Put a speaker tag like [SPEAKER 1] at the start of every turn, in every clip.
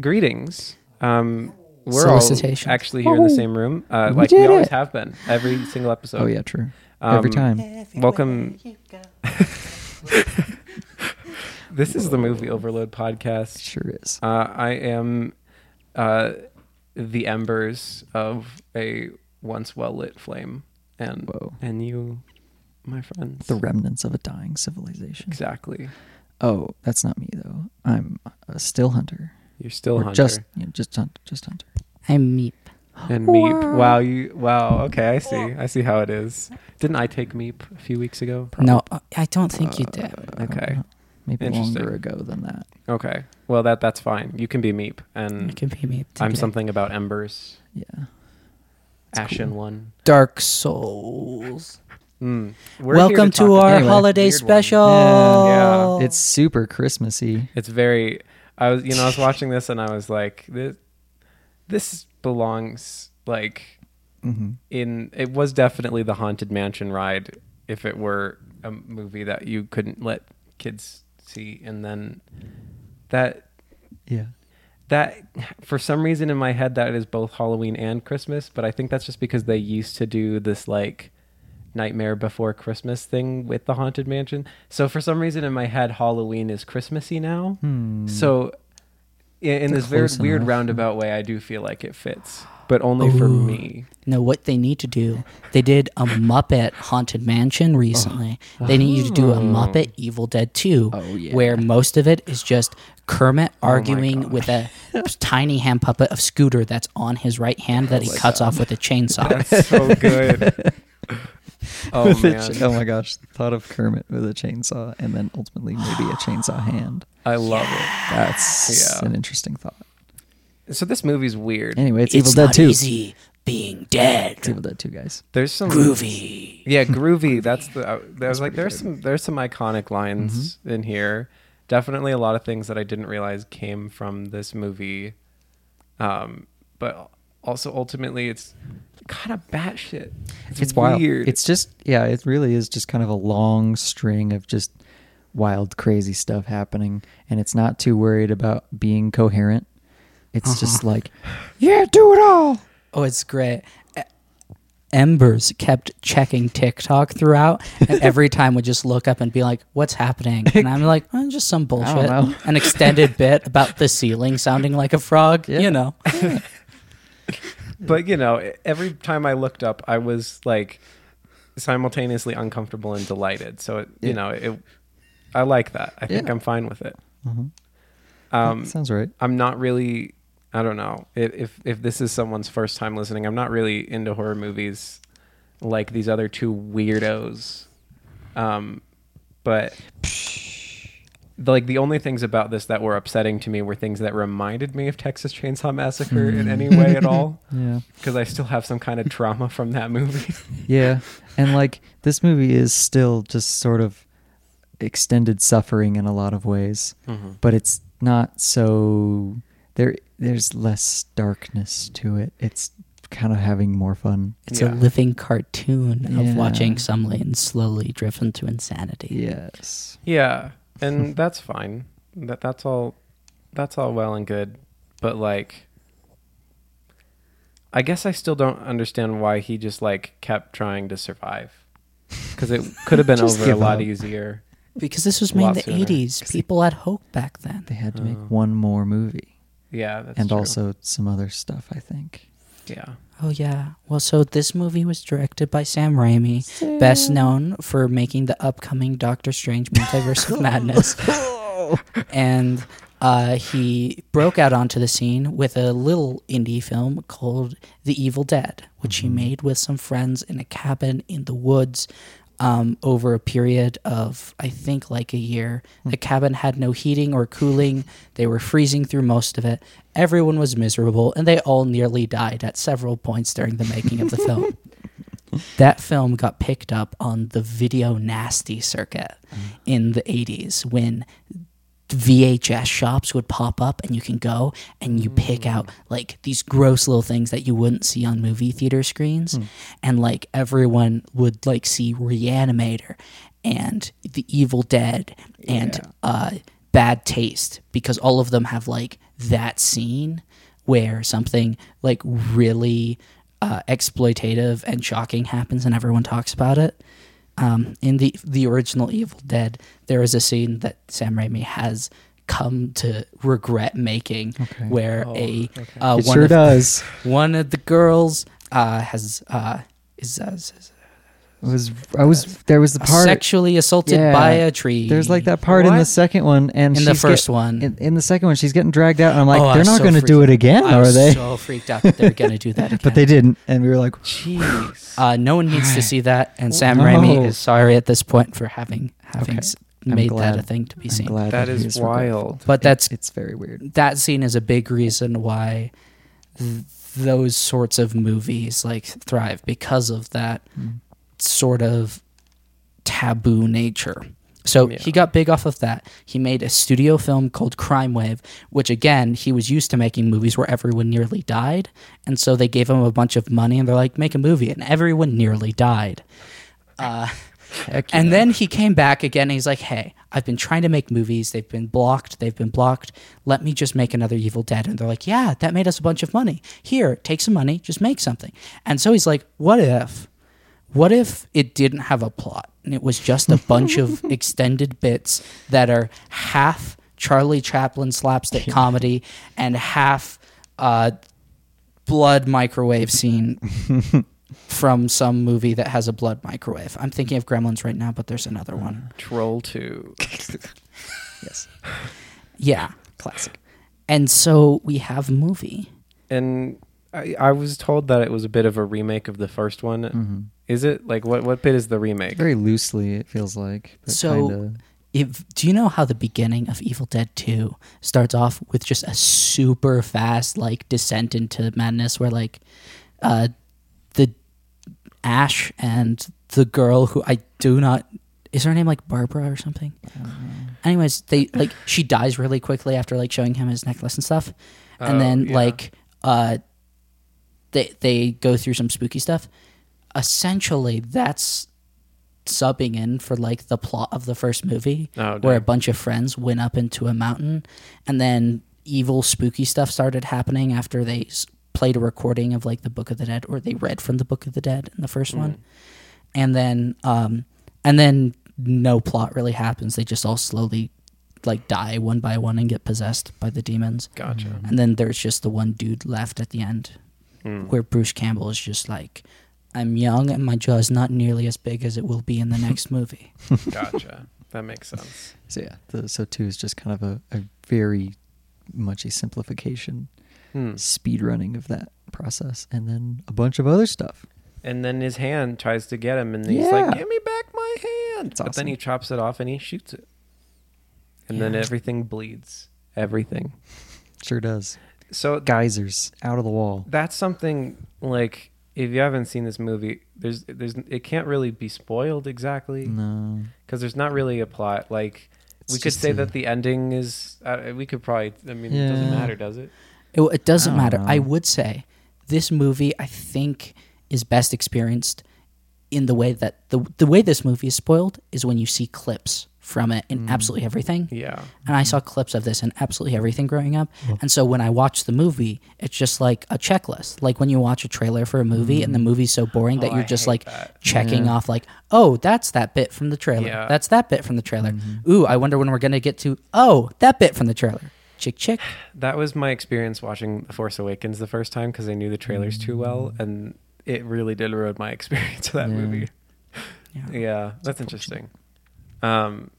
[SPEAKER 1] greetings. Um, we're all
[SPEAKER 2] Solicitations.
[SPEAKER 1] actually here in the
[SPEAKER 2] Woohoo.
[SPEAKER 1] same room, uh,
[SPEAKER 2] We
[SPEAKER 1] like we
[SPEAKER 2] did
[SPEAKER 1] always
[SPEAKER 2] it.
[SPEAKER 1] have been, every single episode.
[SPEAKER 2] Oh yeah, true. Every
[SPEAKER 1] Um,
[SPEAKER 2] time.
[SPEAKER 1] Welcome. this is the Movie Overload podcast.
[SPEAKER 2] Sure is.
[SPEAKER 1] Uh, I am uh, the embers of a once well lit flame, and
[SPEAKER 2] Whoa.
[SPEAKER 1] and you, my friends,
[SPEAKER 2] The remnants of a dying civilization.
[SPEAKER 1] exactly.
[SPEAKER 2] Oh, that's not me though. I'm a still hunter.
[SPEAKER 1] You're still
[SPEAKER 2] Or
[SPEAKER 1] hunter
[SPEAKER 2] just you know, just hunt, just hunter.
[SPEAKER 3] I'm Meep.
[SPEAKER 1] and Meep. Wow, you wow. Okay, I see. I see how it is. Didn't I take Meep a few weeks ago?
[SPEAKER 3] No, I- I don't think you did.
[SPEAKER 1] Okay.
[SPEAKER 2] Maybe
[SPEAKER 1] Interesting.
[SPEAKER 2] longer ago than that.
[SPEAKER 1] Okay. Well, that that's fine. You can be Meep,
[SPEAKER 3] It
[SPEAKER 1] and
[SPEAKER 3] could be Meep.
[SPEAKER 1] I'm
[SPEAKER 3] today.
[SPEAKER 1] something about embers,
[SPEAKER 2] Yeah.
[SPEAKER 1] ashen one.
[SPEAKER 3] Dark Souls.
[SPEAKER 1] Mm. We're here
[SPEAKER 3] Welcome to,
[SPEAKER 1] talk-
[SPEAKER 3] our
[SPEAKER 2] Anyway,
[SPEAKER 3] holiday
[SPEAKER 1] weird one.
[SPEAKER 3] special.
[SPEAKER 1] Yeah.
[SPEAKER 2] It's super Christmassy.
[SPEAKER 1] It's very. I was, you know, I was watching this and I was like, this, this belongs like
[SPEAKER 2] Mm-hmm.
[SPEAKER 1] in. It was definitely the haunted mansion ride. If it were a movie that you couldn't let kids see, and then that
[SPEAKER 2] Yeah.
[SPEAKER 1] that for some reason in my head that is both Halloween and Christmas, but I think that's just because they used to do this like Nightmare Before Christmas thing with the Haunted Mansion. So for some reason in my head Halloween is Christmassy now. So i- in, in this very
[SPEAKER 2] Hmm. Close
[SPEAKER 1] weird
[SPEAKER 2] enough.
[SPEAKER 1] roundabout way I do feel like it fits, but only for
[SPEAKER 3] Ooh.
[SPEAKER 1] me.
[SPEAKER 3] No, what they need to do, they did a Muppet Haunted Mansion recently. They need you to do a Muppet Evil Dead 2,
[SPEAKER 2] Oh, yeah.
[SPEAKER 3] where most of it is just Kermit arguing with a tiny hand puppet of Scooter that's on his right hand that he cuts off with a chainsaw.
[SPEAKER 1] That's so good. oh
[SPEAKER 2] With a
[SPEAKER 1] man.
[SPEAKER 2] cha- oh my gosh. Thought of Kermit with a chainsaw and then ultimately maybe a chainsaw hand.
[SPEAKER 1] I love
[SPEAKER 2] That's
[SPEAKER 1] Yeah.
[SPEAKER 2] an interesting thought.
[SPEAKER 1] it. So this movie's weird.
[SPEAKER 2] Anyway, it's,
[SPEAKER 3] it's
[SPEAKER 2] Evil Dead
[SPEAKER 3] not
[SPEAKER 2] 2.
[SPEAKER 3] easy being
[SPEAKER 2] It's
[SPEAKER 3] dead.
[SPEAKER 2] Evil Dead 2, guys.
[SPEAKER 1] There's some
[SPEAKER 3] Groovy.
[SPEAKER 1] Yeah, groovy. That's the. I, I was like, there's some there's some iconic lines
[SPEAKER 2] Mm-hmm.
[SPEAKER 1] in here. Definitely a lot of things that I didn't realize came from this movie, um, but also ultimately it's kind of batshit.
[SPEAKER 2] It's, wild.
[SPEAKER 1] Weird.
[SPEAKER 2] It's just yeah, it really is just kind of a long string of just wild, crazy stuff happening, and it's not too worried about being coherent. It's just like, yeah, do it all.
[SPEAKER 3] Oh, it's great. E- Embers kept checking TikTok throughout, and every time would just look up and be like, "What's happening?" And I'm like, oh, "Just some bullshit."
[SPEAKER 2] know.
[SPEAKER 3] An extended bit about the ceiling sounding like a frog.
[SPEAKER 2] Yeah.
[SPEAKER 3] You know,
[SPEAKER 1] but you know, e, every time I looked up, I was like simultaneously uncomfortable and delighted. So it, you
[SPEAKER 2] Yeah.
[SPEAKER 1] know, it. I like that. I think
[SPEAKER 2] Yeah. Mm-hmm.
[SPEAKER 1] I'm fine with it. Um,
[SPEAKER 2] That sounds right.
[SPEAKER 1] I'm not really. I don't know if if, if this is someone's first time listening. I'm not really into horror movies like these other two weirdos. Um, but like the only things about this that were upsetting to me were things that reminded me of Texas Chainsaw Massacre in any way at all,
[SPEAKER 2] Yeah,
[SPEAKER 1] because I still have some kind of trauma from that movie.
[SPEAKER 2] yeah, and like this movie is still just sort of extended suffering in a lot of ways, but it's not so there. There's less darkness to it. It's kind of having more fun.
[SPEAKER 3] it's
[SPEAKER 1] Yeah.
[SPEAKER 3] a living cartoon
[SPEAKER 2] Yeah.
[SPEAKER 3] of watching some lane slowly driven to insanity.
[SPEAKER 2] Yes.
[SPEAKER 1] Yeah, and that's fine. That that's all. That's all well and good, but like, I guess I still don't understand why he just like kept trying to survive, because it could have been
[SPEAKER 2] Just
[SPEAKER 1] over a
[SPEAKER 2] give
[SPEAKER 1] lot
[SPEAKER 2] up.
[SPEAKER 1] easier.
[SPEAKER 3] Because this was made in
[SPEAKER 1] Lot
[SPEAKER 3] the
[SPEAKER 1] sooner.
[SPEAKER 3] 80s. People had hope back then.
[SPEAKER 2] They had to make one more movie
[SPEAKER 1] Yeah, that's
[SPEAKER 2] and
[SPEAKER 1] true.
[SPEAKER 2] also some other stuff, I think.
[SPEAKER 1] yeah,
[SPEAKER 3] Oh yeah. Well, so this movie was directed by Sam Raimi, best known for making the upcoming Doctor Strange Multiverse of Madness. and uh, he broke out onto the scene with a little indie film called The Evil Dead, which he made with some friends in a cabin in the woods. Um, over a period of, I think, like a year. The cabin had no heating or cooling. They were freezing through most of it. Everyone was miserable, and they all nearly died at several points during the making of the film. That film got picked up on the video nasty circuit in the 80s when VHS shops would pop up and you can go and you pick out like these gross little things that you wouldn't see on movie theater screens and like everyone would like see Reanimator and The Evil Dead and uh bad taste because all of them have like that scene where something like really uh, exploitative and shocking happens and everyone talks about it. Um, in the the original Evil Dead, there is a scene that Sam Raimi has come to regret making
[SPEAKER 2] Okay.
[SPEAKER 3] where a uh,
[SPEAKER 2] It
[SPEAKER 3] one
[SPEAKER 2] sure
[SPEAKER 3] of,
[SPEAKER 2] does.
[SPEAKER 3] one of the girls uh, has uh, is, uh, is
[SPEAKER 2] It was I was there was the part
[SPEAKER 3] sexually assaulted
[SPEAKER 2] Yeah.
[SPEAKER 3] by a tree.
[SPEAKER 2] there's like that part in the
[SPEAKER 1] What?
[SPEAKER 2] second one
[SPEAKER 3] in
[SPEAKER 2] and she's
[SPEAKER 3] the
[SPEAKER 2] get-
[SPEAKER 3] first one.
[SPEAKER 2] in, in the second one she's getting dragged out and I'm like
[SPEAKER 3] Oh, I
[SPEAKER 2] they're
[SPEAKER 3] was
[SPEAKER 2] not
[SPEAKER 3] so
[SPEAKER 2] going to do
[SPEAKER 3] freaked-
[SPEAKER 2] it again
[SPEAKER 3] I
[SPEAKER 2] are
[SPEAKER 3] was
[SPEAKER 2] they?
[SPEAKER 3] So freaked out that they're gonna do that again.
[SPEAKER 2] but they didn't and we were like
[SPEAKER 1] Jeez.
[SPEAKER 3] Uh, no one needs to see that, and Sam
[SPEAKER 2] No.
[SPEAKER 3] Raimi is sorry at this point for having having s-
[SPEAKER 2] I'm
[SPEAKER 3] made
[SPEAKER 2] glad.
[SPEAKER 3] that a thing to be
[SPEAKER 2] I'm
[SPEAKER 3] seen.
[SPEAKER 2] glad
[SPEAKER 1] that
[SPEAKER 2] he
[SPEAKER 1] is
[SPEAKER 2] is regretful.
[SPEAKER 1] wild.
[SPEAKER 3] But that's
[SPEAKER 2] it's very weird.
[SPEAKER 3] that scene is a big reason why th- those sorts of movies like thrive because of that
[SPEAKER 2] Mm.
[SPEAKER 3] sort of taboo nature. So
[SPEAKER 1] Yeah.
[SPEAKER 3] he got big off of that. He made a studio film called Crime Wave, which again, he was used to making movies where everyone nearly died. And so they gave him a bunch of money and they're like, make a movie. And everyone nearly died. Uh, and then he came back again and he's like, hey, I've been trying to make movies. They've been blocked. They've been blocked. Let me just make another Evil Dead. And they're like, yeah, that made us a bunch of money. Here, take some money. Just make something. And so he's like, what if? What if it didn't have a plot and it was just a bunch of extended bits that are half Charlie Chaplin slapstick comedy and half uh, blood microwave scene from some movie that has a blood microwave? I'm thinking of Gremlins right now, but there's another one.
[SPEAKER 1] Troll two.
[SPEAKER 2] Yes.
[SPEAKER 3] Yeah, classic. And so we have a movie.
[SPEAKER 1] And I, I was told that it was a bit of a remake of the first one. Is it like what? What bit is the remake?
[SPEAKER 2] Mm-hmm. Very loosely it feels like. But
[SPEAKER 3] So-
[SPEAKER 2] kinda,
[SPEAKER 3] If, do you know how the beginning of Evil Dead 2 starts off with just a super fast like descent into madness where like uh the Ash and the girl who I do not is her name like Barbara or something?
[SPEAKER 1] Uh,
[SPEAKER 3] Anyways, they like she dies really quickly after like showing him his necklace and stuff. And
[SPEAKER 1] Oh,
[SPEAKER 3] then
[SPEAKER 1] yeah.
[SPEAKER 3] like uh they they go through some spooky stuff. Essentially that's subbing in for like the plot of the first movie
[SPEAKER 1] Oh,
[SPEAKER 3] where a
[SPEAKER 1] dang.
[SPEAKER 3] bunch of friends went up into a mountain and then evil spooky stuff started happening after they s- played a recording of like the book of the dead or they read from the book of the dead in the first one and then um and then no plot really happens they just all slowly like die one by one and get possessed by the demons
[SPEAKER 1] Gotcha.
[SPEAKER 3] and then there's just the one dude left at the end
[SPEAKER 1] Mm.
[SPEAKER 3] where Bruce Campbell is just like, I'm young and my jaw is not nearly as big as it will be in the next movie.
[SPEAKER 1] Gotcha. That makes sense.
[SPEAKER 2] so yeah, the, so 2 is just kind of a, a very much a simplification,
[SPEAKER 1] Hmm.
[SPEAKER 2] speed running of that process and then a bunch of other stuff.
[SPEAKER 1] And then his hand tries to get him, and he's
[SPEAKER 2] Yeah.
[SPEAKER 1] like, "Give me back my hand!"
[SPEAKER 2] It's
[SPEAKER 1] But then
[SPEAKER 2] awesome.
[SPEAKER 1] he chops it off and he shoots it, and then
[SPEAKER 3] Yeah.
[SPEAKER 1] everything bleeds. Everything.
[SPEAKER 2] Sure does.
[SPEAKER 1] So
[SPEAKER 2] Geysers out of the wall.
[SPEAKER 1] that's something like if you haven't seen this movie, there's there's it can't really be spoiled exactly
[SPEAKER 2] No.
[SPEAKER 1] because there's not really a plot. Like
[SPEAKER 2] It's
[SPEAKER 1] we could
[SPEAKER 2] just
[SPEAKER 1] say
[SPEAKER 2] a-
[SPEAKER 1] that the ending is. Uh, we could probably. I mean, it
[SPEAKER 2] Yeah.
[SPEAKER 1] doesn't matter, does it?
[SPEAKER 3] It, it doesn't
[SPEAKER 2] I don't
[SPEAKER 3] matter.
[SPEAKER 2] know.
[SPEAKER 1] Oh.
[SPEAKER 3] I would say this movie, I think, is best experienced in the way that the, the way this movie is spoiled is when you see clips from it
[SPEAKER 1] Mm.
[SPEAKER 3] in absolutely everything.
[SPEAKER 1] Yeah.
[SPEAKER 3] And I saw clips of this in absolutely everything growing up. And so when I watch the movie, it's just like a checklist. Like when you watch a trailer for a movie and the movie's so boring that
[SPEAKER 1] Oh,
[SPEAKER 3] you're
[SPEAKER 1] I
[SPEAKER 3] just
[SPEAKER 1] hate
[SPEAKER 3] like
[SPEAKER 1] that.
[SPEAKER 3] checking off, like, oh, that's that bit from the trailer.
[SPEAKER 1] Yeah. Mm-hmm.
[SPEAKER 3] That's that bit from the trailer. Ooh, I wonder when we're going to get to, oh, that bit from the trailer. Chick, chick.
[SPEAKER 1] That was my experience watching The Force Awakens the first time because I knew the trailers too well, and it really did ruin my experience of that
[SPEAKER 2] Yeah.
[SPEAKER 1] movie.
[SPEAKER 3] Yeah.
[SPEAKER 1] Yeah, that's interesting. Um,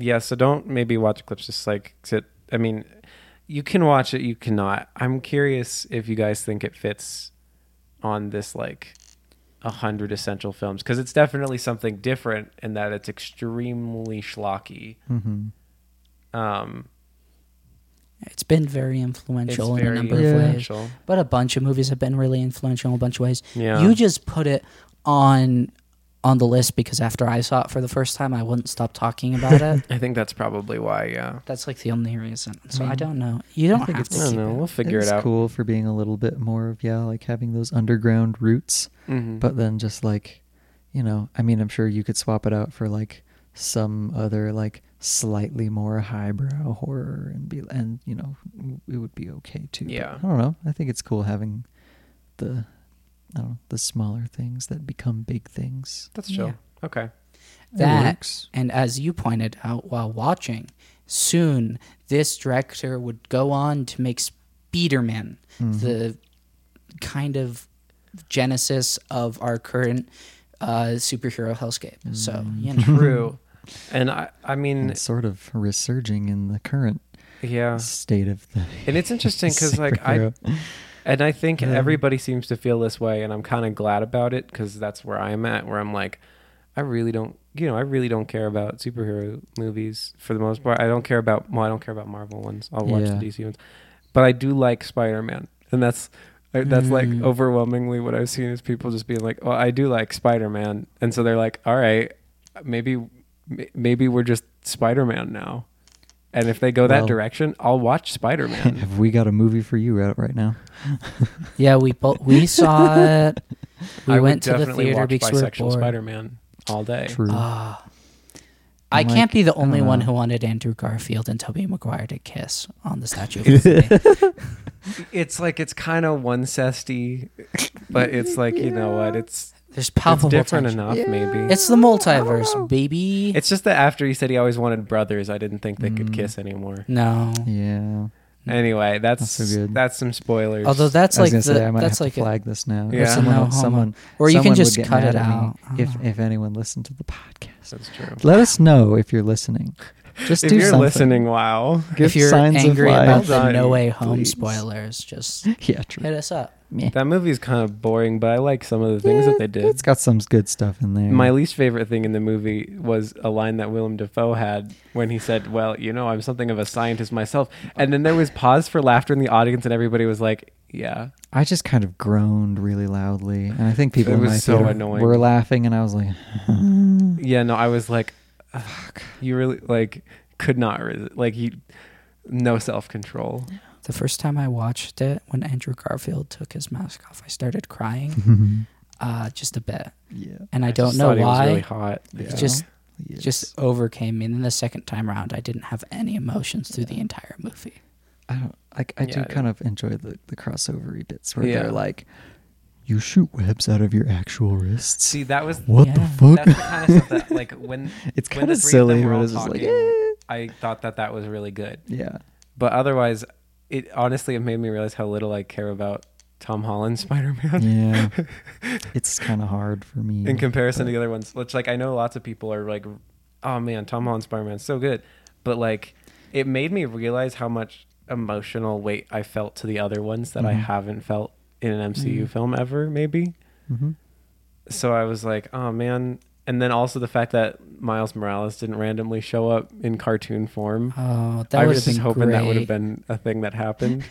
[SPEAKER 1] yeah, so don't maybe watch clips. Just like sit. I mean, you can watch it. You cannot. I'm curious if you guys think it fits on this like a hundred essential films because it's definitely something different in that it's extremely schlocky.
[SPEAKER 2] Mhm.
[SPEAKER 1] Um,
[SPEAKER 3] It's been very
[SPEAKER 1] it's
[SPEAKER 3] influential in
[SPEAKER 1] very
[SPEAKER 3] a number of
[SPEAKER 2] Yeah.
[SPEAKER 3] ways.
[SPEAKER 1] influential.
[SPEAKER 3] But a bunch of movies have been really influential in a bunch of ways.
[SPEAKER 1] Yeah.
[SPEAKER 3] You just put it on on the list because after I saw it for the first time, I wouldn't stop talking about it.
[SPEAKER 1] I think that's probably why. Yeah.
[SPEAKER 3] That's like the only reason. So I,
[SPEAKER 2] mean,
[SPEAKER 3] don't know. You don't
[SPEAKER 2] think
[SPEAKER 3] have
[SPEAKER 1] Mm. I
[SPEAKER 3] to
[SPEAKER 1] don't
[SPEAKER 3] keep
[SPEAKER 1] know. We'll
[SPEAKER 3] it.
[SPEAKER 1] figure it,
[SPEAKER 2] It's
[SPEAKER 1] out.
[SPEAKER 2] cool for being a little bit more of yeah, like having those underground roots.
[SPEAKER 1] Mhm.
[SPEAKER 2] but then just like you know i mean i'm sure you could swap it out for like some other like slightly more highbrow horror and be and you know it would be okay too. But
[SPEAKER 1] Yeah.
[SPEAKER 2] I don't know. I think it's cool having the I don't know, the smaller things that become big things.
[SPEAKER 1] That's chill.
[SPEAKER 3] Yeah.
[SPEAKER 1] Okay.
[SPEAKER 2] It
[SPEAKER 3] That-
[SPEAKER 2] works.
[SPEAKER 3] And as you pointed out while watching, soon this director would go on to make Spider-Man,
[SPEAKER 2] Mm-hmm.
[SPEAKER 3] the kind of genesis of our current uh, superhero hellscape. So,
[SPEAKER 2] Mm.
[SPEAKER 3] you know.
[SPEAKER 1] True. and I, I mean,
[SPEAKER 2] And sort of resurging in the current
[SPEAKER 1] yeah.
[SPEAKER 2] state of the
[SPEAKER 1] And it's interesting because, like, I,
[SPEAKER 2] superhero.
[SPEAKER 1] and I think everybody seems to feel this way, and I'm kind of glad about it because that's where I'm at, where I'm like, I really don't, you know, I really don't care about superhero movies for the most part. I don't care about, well, I don't care about Marvel ones. I'll watch
[SPEAKER 2] Yeah.
[SPEAKER 1] the DC ones, but I do like Spider Man, and that's. I- That's like
[SPEAKER 3] Mm.
[SPEAKER 1] overwhelmingly what I've seen is people just being like, "Well, I do like Spider Man," and so they're like, "All right, maybe, m- maybe we're just Spider Man now." And if they go that
[SPEAKER 2] Well-
[SPEAKER 1] direction, I'll watch Spider Man.
[SPEAKER 2] have we got a movie for you out right now?
[SPEAKER 3] Yeah, we both we saw it. We
[SPEAKER 1] I
[SPEAKER 3] went
[SPEAKER 1] would
[SPEAKER 3] to the
[SPEAKER 1] definitely
[SPEAKER 3] theater
[SPEAKER 1] watch
[SPEAKER 3] because we were
[SPEAKER 1] bisexual
[SPEAKER 3] bored.
[SPEAKER 1] Spider-Man all day.
[SPEAKER 2] True.
[SPEAKER 3] Ah. I
[SPEAKER 2] And,
[SPEAKER 3] can't
[SPEAKER 2] like, uh-huh.
[SPEAKER 3] be the
[SPEAKER 2] I don't
[SPEAKER 3] only one
[SPEAKER 2] know.
[SPEAKER 3] who wanted Andrew Garfield and Tobey Maguire to kiss on the Statue of Liberty.
[SPEAKER 1] It's like it's kind of one cesty, but it's like you know what? It's,
[SPEAKER 3] There's
[SPEAKER 1] it's
[SPEAKER 3] palpable
[SPEAKER 1] different
[SPEAKER 3] tension.
[SPEAKER 1] enough, maybe. It's,
[SPEAKER 3] It's the multiverse, baby.
[SPEAKER 1] just that after he said he always wanted brothers, I didn't think they could kiss anymore.
[SPEAKER 3] no.
[SPEAKER 2] yeah.
[SPEAKER 1] Anyway, that's
[SPEAKER 2] That's so good.
[SPEAKER 1] that's some spoilers.
[SPEAKER 3] Although that's
[SPEAKER 2] I was
[SPEAKER 3] like
[SPEAKER 2] gonna
[SPEAKER 3] the,
[SPEAKER 2] say I might
[SPEAKER 3] that's
[SPEAKER 2] have
[SPEAKER 3] like
[SPEAKER 2] to flag this now.
[SPEAKER 1] Yeah.
[SPEAKER 2] Someone,
[SPEAKER 3] No homo.
[SPEAKER 2] someone,
[SPEAKER 3] Or you can
[SPEAKER 2] someone would
[SPEAKER 3] just
[SPEAKER 2] get
[SPEAKER 3] cut
[SPEAKER 2] mad
[SPEAKER 3] it
[SPEAKER 2] at me
[SPEAKER 3] out. Uh-huh. I don't
[SPEAKER 2] If
[SPEAKER 3] know.
[SPEAKER 2] if anyone listened to the podcast,
[SPEAKER 1] that's true.
[SPEAKER 2] let us know if you're listening. Just
[SPEAKER 1] If
[SPEAKER 2] do
[SPEAKER 1] you're
[SPEAKER 2] something.
[SPEAKER 1] listening, wow.
[SPEAKER 3] a,
[SPEAKER 2] Give
[SPEAKER 3] if you're
[SPEAKER 2] signs
[SPEAKER 3] angry
[SPEAKER 2] of life.
[SPEAKER 3] about the
[SPEAKER 1] Sign,
[SPEAKER 3] No Way Home
[SPEAKER 2] please.
[SPEAKER 3] spoilers, just
[SPEAKER 2] yeah, true.
[SPEAKER 3] hit us up.
[SPEAKER 1] That movie's kind of boring, but I like some of the things that they did.
[SPEAKER 2] It's got some good stuff in there.
[SPEAKER 1] My least favorite thing in the movie was a line that Willem Dafoe had when he said, "Well, you know, I'm something of a scientist myself." And then there was pause for laughter in the audience, and everybody was like, "Yeah,
[SPEAKER 2] I just kind of groaned really loudly, and I think people
[SPEAKER 1] It
[SPEAKER 2] in
[SPEAKER 1] was
[SPEAKER 2] my
[SPEAKER 1] so
[SPEAKER 2] theater
[SPEAKER 1] annoying.
[SPEAKER 2] were laughing, and I was like,
[SPEAKER 1] yeah." No, I was like, "Ugh, "You really like could not resist. like you." No self control.
[SPEAKER 3] The first time I watched it, when Andrew Garfield took his mask off, I started crying, uh, just a bit,
[SPEAKER 2] yeah,
[SPEAKER 3] and I, don't
[SPEAKER 1] just
[SPEAKER 3] know
[SPEAKER 1] thought he was
[SPEAKER 3] why.
[SPEAKER 1] really hot.
[SPEAKER 3] It
[SPEAKER 1] Yeah.
[SPEAKER 3] just
[SPEAKER 2] yes.
[SPEAKER 3] just overcame me. And then the second time around, I didn't have any emotions through the entire movie.
[SPEAKER 2] I don't like. I
[SPEAKER 1] Yeah.
[SPEAKER 2] do kind of enjoy the the crossovery bits where
[SPEAKER 1] Yeah.
[SPEAKER 2] they're like, you shoot webs out of your actual wrists.
[SPEAKER 1] see that was
[SPEAKER 2] what the
[SPEAKER 3] Yeah.
[SPEAKER 1] that's
[SPEAKER 2] fuck?
[SPEAKER 1] the kind of stuff that like when
[SPEAKER 2] It's
[SPEAKER 1] when
[SPEAKER 2] kind
[SPEAKER 1] the
[SPEAKER 2] of
[SPEAKER 1] three
[SPEAKER 2] silly,
[SPEAKER 1] them were
[SPEAKER 2] but
[SPEAKER 1] all
[SPEAKER 2] it's just like,
[SPEAKER 1] talking,
[SPEAKER 2] eh.
[SPEAKER 1] I thought that that was really good.
[SPEAKER 2] yeah.
[SPEAKER 1] But otherwise, it honestly it made me realize how little I care about Tom Holland Spider Man
[SPEAKER 2] Yeah. it's kind of hard for me.
[SPEAKER 1] in comparison to the other ones. Which like I know lots of people are like, oh man, Tom Holland Spider Man's so good, but like it made me realize how much emotional weight I felt to the other ones that I
[SPEAKER 2] Mm-hmm.
[SPEAKER 1] haven't felt in an MCU film ever, maybe.
[SPEAKER 2] Mhm.
[SPEAKER 1] So I was like, oh man. And then also the fact that Miles Morales didn't randomly show up in cartoon form.
[SPEAKER 3] Oh, that
[SPEAKER 1] I
[SPEAKER 3] would
[SPEAKER 1] was
[SPEAKER 3] have
[SPEAKER 1] just
[SPEAKER 3] been
[SPEAKER 1] hoping that would have
[SPEAKER 3] great.
[SPEAKER 1] been a thing that happened.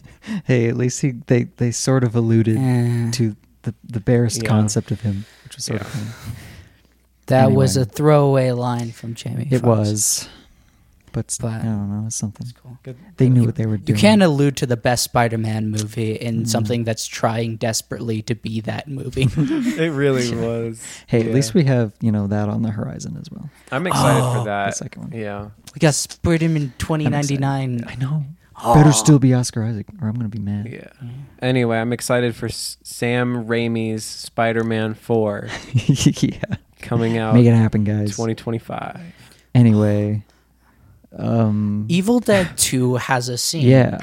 [SPEAKER 2] Hey, at least he they they sort of alluded
[SPEAKER 3] Eh.
[SPEAKER 2] to the the barest
[SPEAKER 1] Yeah.
[SPEAKER 2] concept of him, which was sort
[SPEAKER 1] Yeah.
[SPEAKER 2] of funny.
[SPEAKER 3] That was a
[SPEAKER 2] Anyway.
[SPEAKER 3] throwaway line from Jamie.
[SPEAKER 2] it
[SPEAKER 3] Foxx.
[SPEAKER 2] was, but,
[SPEAKER 3] But-
[SPEAKER 2] I don't know, it's something
[SPEAKER 3] It's cool.
[SPEAKER 1] Good.
[SPEAKER 2] they knew what they were
[SPEAKER 3] You
[SPEAKER 2] doing.
[SPEAKER 3] can't allude to the best Spider-Man movie in something that's trying desperately to be that movie.
[SPEAKER 1] It really was.
[SPEAKER 2] Hey,
[SPEAKER 1] Yeah.
[SPEAKER 2] at least we have you know that on the horizon as well.
[SPEAKER 1] I'm excited
[SPEAKER 3] Oh,
[SPEAKER 1] for that.
[SPEAKER 2] the second one.
[SPEAKER 1] Uh, Yeah.
[SPEAKER 3] we got Spider-Man
[SPEAKER 2] excited.
[SPEAKER 3] 2099.
[SPEAKER 2] I know. Better still be Oscar Isaac, or I'm gonna be mad.
[SPEAKER 1] Um, Yeah. Anyway, I'm excited for S- Sam Raimi's Spider-Man 4
[SPEAKER 2] yeah.
[SPEAKER 1] coming out
[SPEAKER 2] Make it happen, guys.
[SPEAKER 1] 2025.
[SPEAKER 2] Anyway, um,
[SPEAKER 3] Evil Dead 2 has a scene
[SPEAKER 2] yeah,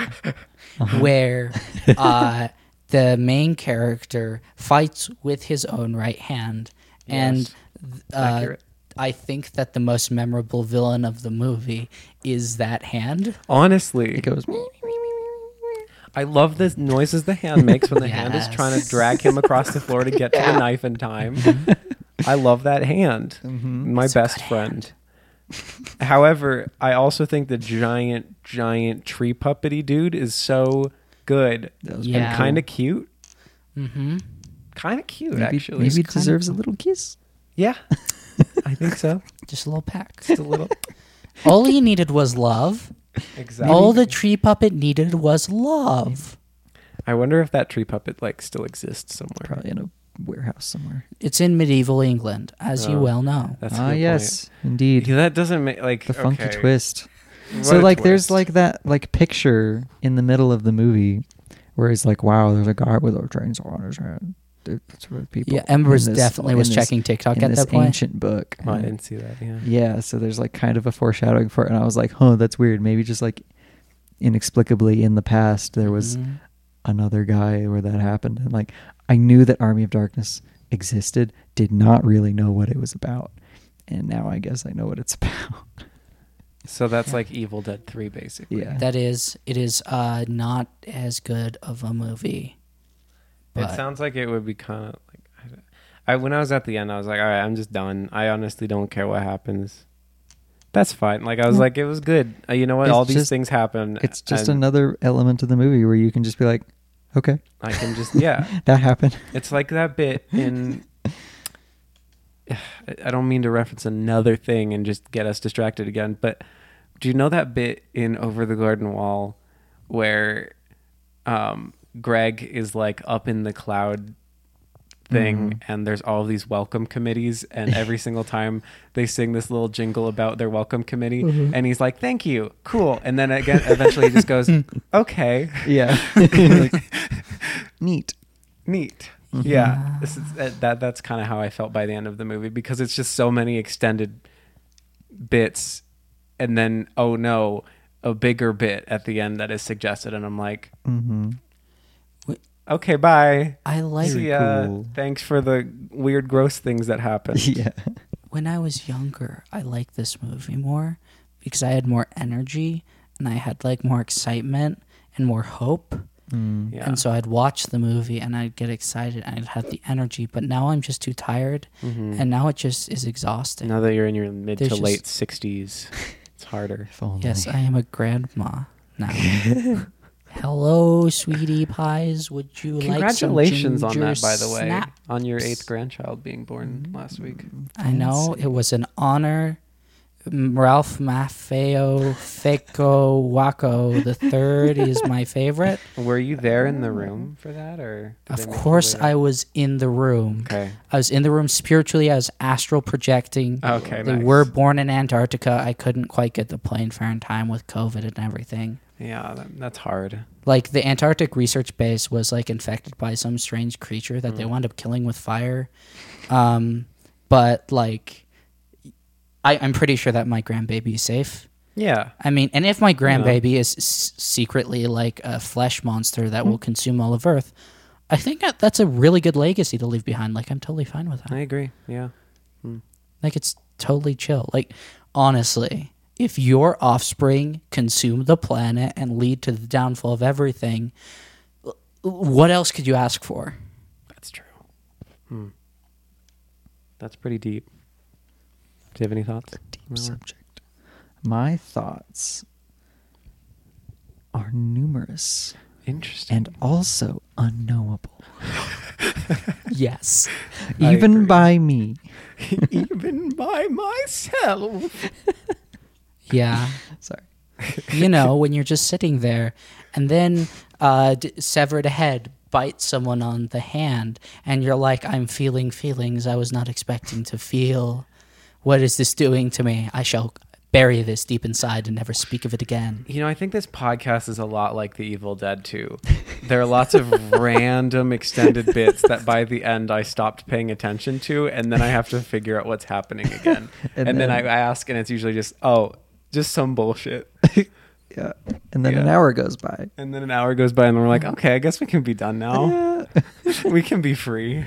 [SPEAKER 3] where uh, the main character fights with his own right hand,
[SPEAKER 1] Yes.
[SPEAKER 3] and uh,
[SPEAKER 1] Accurate.
[SPEAKER 3] I think that the most memorable villain of the movie is that hand.
[SPEAKER 1] Honestly,
[SPEAKER 2] it goes.
[SPEAKER 1] I love the noises the hand makes when the hand is
[SPEAKER 3] Yes.
[SPEAKER 1] trying to drag him across the floor to get to the knife in time.
[SPEAKER 3] Mm-hmm.
[SPEAKER 1] I love that hand. My best friend. However, I also think the giant, giant tree puppety dude is so good
[SPEAKER 2] was
[SPEAKER 3] Yeah.
[SPEAKER 1] and kind of cute.
[SPEAKER 3] Mm-hmm.
[SPEAKER 1] Kind of cute,
[SPEAKER 2] Maybe,
[SPEAKER 1] actually.
[SPEAKER 2] maybe it
[SPEAKER 3] kinda
[SPEAKER 2] deserves
[SPEAKER 3] cool.
[SPEAKER 2] a little kiss.
[SPEAKER 1] Yeah, I think so.
[SPEAKER 3] Just a little pack.
[SPEAKER 1] Just a little.
[SPEAKER 3] All he needed was love.
[SPEAKER 1] Exactly.
[SPEAKER 3] All the tree puppet needed was love.
[SPEAKER 1] I wonder if that tree puppet like still exists somewhere.
[SPEAKER 2] Probably in a warehouse somewhere.
[SPEAKER 3] It's in medieval England, as you
[SPEAKER 1] Oh.
[SPEAKER 3] well know.
[SPEAKER 1] That's a
[SPEAKER 2] Ah,
[SPEAKER 1] good
[SPEAKER 2] yes,
[SPEAKER 1] point.
[SPEAKER 2] indeed.
[SPEAKER 1] Yeah, That doesn't make like
[SPEAKER 2] the funky
[SPEAKER 1] okay.
[SPEAKER 2] twist.
[SPEAKER 1] What a
[SPEAKER 2] so like, there's
[SPEAKER 1] twist.
[SPEAKER 2] like that like picture in the middle of the movie where he's like, "Wow, there's a guy with a chainsaw on his hand." That's what people.
[SPEAKER 3] Yeah, Embers
[SPEAKER 2] in this-
[SPEAKER 3] definitely
[SPEAKER 2] in
[SPEAKER 3] was
[SPEAKER 2] this-
[SPEAKER 3] checking TikTok
[SPEAKER 2] in
[SPEAKER 3] at
[SPEAKER 2] this
[SPEAKER 3] that point.
[SPEAKER 2] ancient book.
[SPEAKER 1] Oh, I
[SPEAKER 2] And-
[SPEAKER 1] didn't see that. Yeah.
[SPEAKER 2] Yeah, so there's like kind of a foreshadowing for it, and I was like, "Huh, that's weird." Maybe just like inexplicably in the past there was
[SPEAKER 3] Mhm.
[SPEAKER 1] Mm-hmm.
[SPEAKER 2] another guy where that happened, and like I knew that Army of Darkness existed, did not really know what it was about, and now I guess I know what it's about.
[SPEAKER 1] So that's like Evil Dead Three, basically.
[SPEAKER 2] yeah,
[SPEAKER 3] that is it is uh, not as good of a movie. But
[SPEAKER 1] It sounds like it would be kind of like. I don't- I, when I was at the end, I was like, "All right, I'm just done. I honestly don't care what happens. That's fine." Like I was like, "It was good. Uh, you know what?
[SPEAKER 2] It's
[SPEAKER 1] All these
[SPEAKER 2] just-
[SPEAKER 1] things happen.
[SPEAKER 2] it's just
[SPEAKER 1] and
[SPEAKER 2] another element of the movie where you can just be like, "Okay,
[SPEAKER 1] I can just yeah.
[SPEAKER 2] that happened."
[SPEAKER 1] It's like that bit in. I don't mean to reference another thing and just get us distracted again, but do you know that bit in Over the Garden Wall where um, Greg is like up in the cloud thing and there's all these welcome committees and every single time they sing this little jingle about their welcome committee and he's like thank you cool and then again eventually he just goes okay
[SPEAKER 2] Yeah, Like, neat.
[SPEAKER 1] neat.
[SPEAKER 3] Mm-hmm.
[SPEAKER 1] Yeah, this is, that, that that's kind of how I felt by the end of the movie because it's just so many extended bits, and then oh no, a bigger bit at the end that is suggested, and I'm like,
[SPEAKER 2] Mm-hmm.
[SPEAKER 1] okay, bye.
[SPEAKER 3] I like
[SPEAKER 1] See ya.
[SPEAKER 2] cool.
[SPEAKER 1] Thanks for the weird, gross things that happen.
[SPEAKER 2] Yeah,
[SPEAKER 3] when I was younger, I liked this movie more because I had more energy and I had like more excitement and more hope.
[SPEAKER 2] Mm.
[SPEAKER 1] Yeah.
[SPEAKER 3] And so I'd watch the movie and I'd get excited and I'd have the energy, but now I'm just too tired
[SPEAKER 2] Mm-hmm.
[SPEAKER 1] Mhm.
[SPEAKER 3] and now it just is exhausting.
[SPEAKER 1] now that you're in your mid
[SPEAKER 3] There's
[SPEAKER 1] to
[SPEAKER 3] just-
[SPEAKER 1] late 60s, it's harder.
[SPEAKER 2] If only.
[SPEAKER 3] Yes, I am a grandma now. Hello, sweetie pies. Would you
[SPEAKER 1] Congratulations
[SPEAKER 3] like
[SPEAKER 1] on
[SPEAKER 3] some
[SPEAKER 1] that, by the
[SPEAKER 3] ginger
[SPEAKER 1] way,
[SPEAKER 3] snap? Mm-hmm.
[SPEAKER 1] on your eighth grandchild being born last week.
[SPEAKER 3] I know it was an honor. M- Ralph Maffeo Feco Waco the third is my favorite.
[SPEAKER 1] Were you there in the room for that, or did they
[SPEAKER 3] Of
[SPEAKER 1] make you
[SPEAKER 3] course,
[SPEAKER 1] wait?
[SPEAKER 3] I was in the room.
[SPEAKER 1] Okay.
[SPEAKER 3] I was in the room spiritually. I was astral projecting.
[SPEAKER 1] Okay,
[SPEAKER 3] they
[SPEAKER 1] Ah, nice.
[SPEAKER 3] were born in Antarctica. I couldn't quite get the plane fare in time with COVID and everything.
[SPEAKER 1] Yeah, that, that's hard.
[SPEAKER 3] Like the Antarctic research base was like infected by some strange creature that they wound up killing with fire. Um, but like, I, I'm pretty sure that my grandbaby is safe.
[SPEAKER 1] Yeah.
[SPEAKER 3] I mean, and if my grandbaby is s- secretly like a flesh monster that will consume all of Earth, I think that, that's a really good legacy to leave behind. Like, I'm totally fine with
[SPEAKER 1] I
[SPEAKER 3] that.
[SPEAKER 1] agree. Yeah.
[SPEAKER 3] Like, it's totally chill. Like, honestly, if your offspring consume the planet and lead to the downfall of everything, l- what else could you ask for?
[SPEAKER 1] That's true. Hmm. That's pretty deep. Do you have any thoughts?
[SPEAKER 2] deep subject. My thoughts are numerous
[SPEAKER 1] Interesting.
[SPEAKER 2] and also unknowable,
[SPEAKER 3] yes.
[SPEAKER 1] I agree.
[SPEAKER 2] even by me.
[SPEAKER 1] Even by myself.
[SPEAKER 3] Yeah.
[SPEAKER 2] Sorry.
[SPEAKER 3] you know, when you're just sitting there, and then uh, d- severed head bites someone on the hand, and you're like, I'm feeling feelings I was not expecting to feel. What is this doing to me? I shall bury this deep inside and never speak of it again.
[SPEAKER 1] You know, I think this podcast is a lot like The Evil Dead 2. There are lots of random extended bits that by the end I stopped paying attention to, and then I have to figure out what's happening again. and,
[SPEAKER 2] And
[SPEAKER 1] then,
[SPEAKER 2] then-
[SPEAKER 1] I I ask, and it's usually just, oh, just some bullshit.
[SPEAKER 2] Yeah. And then an
[SPEAKER 1] Yeah.
[SPEAKER 2] hour goes by.
[SPEAKER 1] And then an hour goes by, and we're like, okay, I guess we can be done now.
[SPEAKER 2] Yeah.
[SPEAKER 1] we can be free.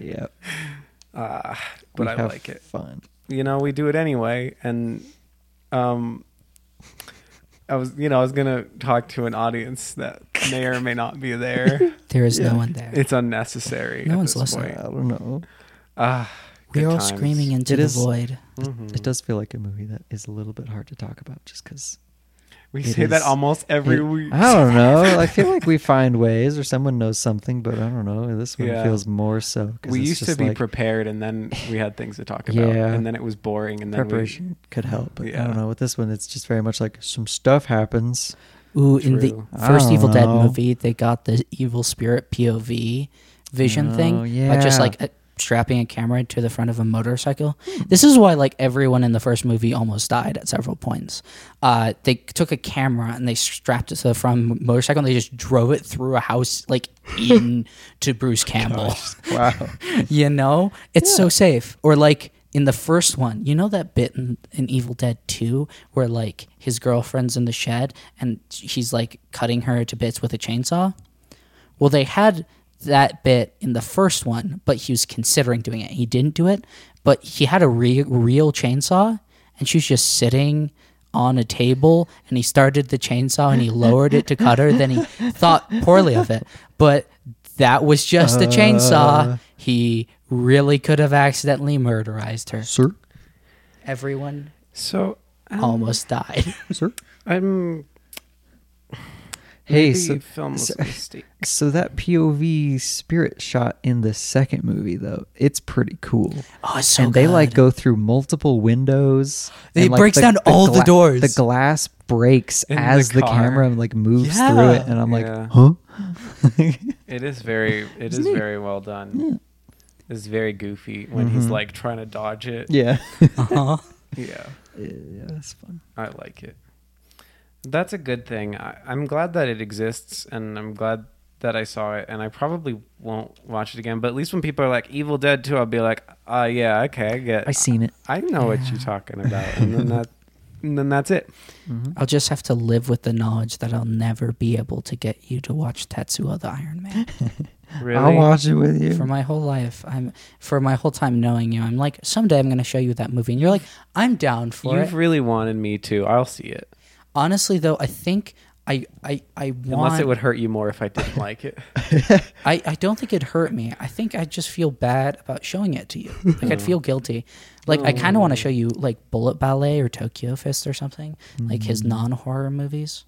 [SPEAKER 2] yep.
[SPEAKER 1] Uh, but
[SPEAKER 2] We
[SPEAKER 1] I
[SPEAKER 2] have
[SPEAKER 1] like it.
[SPEAKER 2] Fun.
[SPEAKER 1] You know, we do it anyway. And um, I was, you know, I was gonna talk to an audience that may or may not be there.
[SPEAKER 3] There is no one there.
[SPEAKER 1] it's unnecessary.
[SPEAKER 3] No
[SPEAKER 1] at
[SPEAKER 3] one's
[SPEAKER 1] this
[SPEAKER 3] listening.
[SPEAKER 1] point.
[SPEAKER 2] I don't know.
[SPEAKER 1] Ah,
[SPEAKER 3] We're
[SPEAKER 1] good
[SPEAKER 3] all
[SPEAKER 1] times.
[SPEAKER 3] Oh, screaming into
[SPEAKER 2] It
[SPEAKER 3] the
[SPEAKER 2] is-
[SPEAKER 3] void.
[SPEAKER 1] Mm-hmm.
[SPEAKER 2] It does feel like a movie that is a little bit hard to talk about just because.
[SPEAKER 1] We
[SPEAKER 2] It
[SPEAKER 1] say that
[SPEAKER 2] is-
[SPEAKER 1] almost every week.
[SPEAKER 2] I don't know. I feel like we find ways or someone knows something, but I don't know. This one
[SPEAKER 1] Yeah.
[SPEAKER 2] feels more so. 'cause
[SPEAKER 1] We
[SPEAKER 2] it's
[SPEAKER 1] used to
[SPEAKER 2] just
[SPEAKER 1] be
[SPEAKER 2] like
[SPEAKER 1] prepared, and then we had things to talk about,
[SPEAKER 2] Yeah.
[SPEAKER 1] and then it was boring, and then
[SPEAKER 2] preparation could help, but I
[SPEAKER 1] Yeah.
[SPEAKER 2] don't know. With this one, it's just very much like some stuff happens.
[SPEAKER 3] Ooh, in the
[SPEAKER 1] True.
[SPEAKER 2] I
[SPEAKER 3] first
[SPEAKER 2] don't
[SPEAKER 3] Evil Dead
[SPEAKER 2] know.
[SPEAKER 3] movie, they got the evil spirit POV vision
[SPEAKER 2] Oh,
[SPEAKER 3] thing by just
[SPEAKER 2] yeah. Hmm.
[SPEAKER 3] like a, strapping a camera to the front of a motorcycle. This is why like everyone in the first movie almost died at several points. Uh, they took a camera and they strapped it to the front of a motorcycle and they just drove it through a house like into Bruce Campbell.
[SPEAKER 1] Wow.
[SPEAKER 3] you know it's so safe or like in the first one you know that bit in, in evil dead 2 where like his girlfriend's in the shed and he's like cutting her to bits with a chainsaw well they had that bit in the first one but he was considering doing it he didn't do it but he had a re- real chainsaw and she was just sitting on a table and he started the chainsaw and he lowered it to cut her then he thought poorly of it but that was just a chainsaw he really could have accidentally murderized her
[SPEAKER 2] Sir,
[SPEAKER 3] everyone
[SPEAKER 1] So um,
[SPEAKER 3] almost died
[SPEAKER 2] sir.
[SPEAKER 1] I'm
[SPEAKER 2] Hey,
[SPEAKER 1] maybe
[SPEAKER 2] so,
[SPEAKER 1] film was
[SPEAKER 2] so-
[SPEAKER 1] a mistake.
[SPEAKER 2] so that POV spirit shot in the second movie though, it's pretty cool.
[SPEAKER 3] oh it's so
[SPEAKER 2] and they like
[SPEAKER 3] good.
[SPEAKER 2] go through multiple windows.
[SPEAKER 3] It
[SPEAKER 2] and, like,
[SPEAKER 3] breaks down all the doors.
[SPEAKER 2] The glass breaks
[SPEAKER 1] In the
[SPEAKER 2] as the,
[SPEAKER 1] car.
[SPEAKER 2] camera like moves
[SPEAKER 3] Yeah.
[SPEAKER 2] through it, and I'm
[SPEAKER 1] Yeah.
[SPEAKER 2] like, huh?
[SPEAKER 1] It is very it is
[SPEAKER 2] neat.
[SPEAKER 1] very well done. It's very goofy when he's like trying to dodge it.
[SPEAKER 2] Mm-hmm. Yeah.
[SPEAKER 3] Uh-huh.
[SPEAKER 1] Yeah.
[SPEAKER 2] yeah, that's fun.
[SPEAKER 1] I like it. That's a good thing. I, I'm glad that it exists, and I'm glad that I saw it. And I probably won't watch it again. But at least when people are like "Evil Dead 2," I'll be like, "Ah, yeah, okay, I get.
[SPEAKER 2] I seen it.
[SPEAKER 1] I know what you're talking about." And then that, and then that's it.
[SPEAKER 3] I'll just have to live with the knowledge that I'll never be able to get you to watch Tetsuo the Iron Man.
[SPEAKER 1] Really?
[SPEAKER 2] I'll watch it with you.
[SPEAKER 3] For my whole life, I'm for my whole time knowing you, I'm like, someday I'm gonna show you that movie. And you're like, I'm down for
[SPEAKER 1] You've
[SPEAKER 3] it.
[SPEAKER 1] really wanted me to. I'll see it.
[SPEAKER 3] Honestly though, I think I I, I want
[SPEAKER 1] Unless it would hurt you more if I didn't like it.
[SPEAKER 3] I, I don't think it hurt me. I think I just feel bad about showing it to you. Like I'd feel guilty. Like I kinda
[SPEAKER 1] Oh.
[SPEAKER 3] wanna show you like Bullet Ballet or Tokyo Fist or something. Like
[SPEAKER 1] Hmm.
[SPEAKER 3] his non horror movies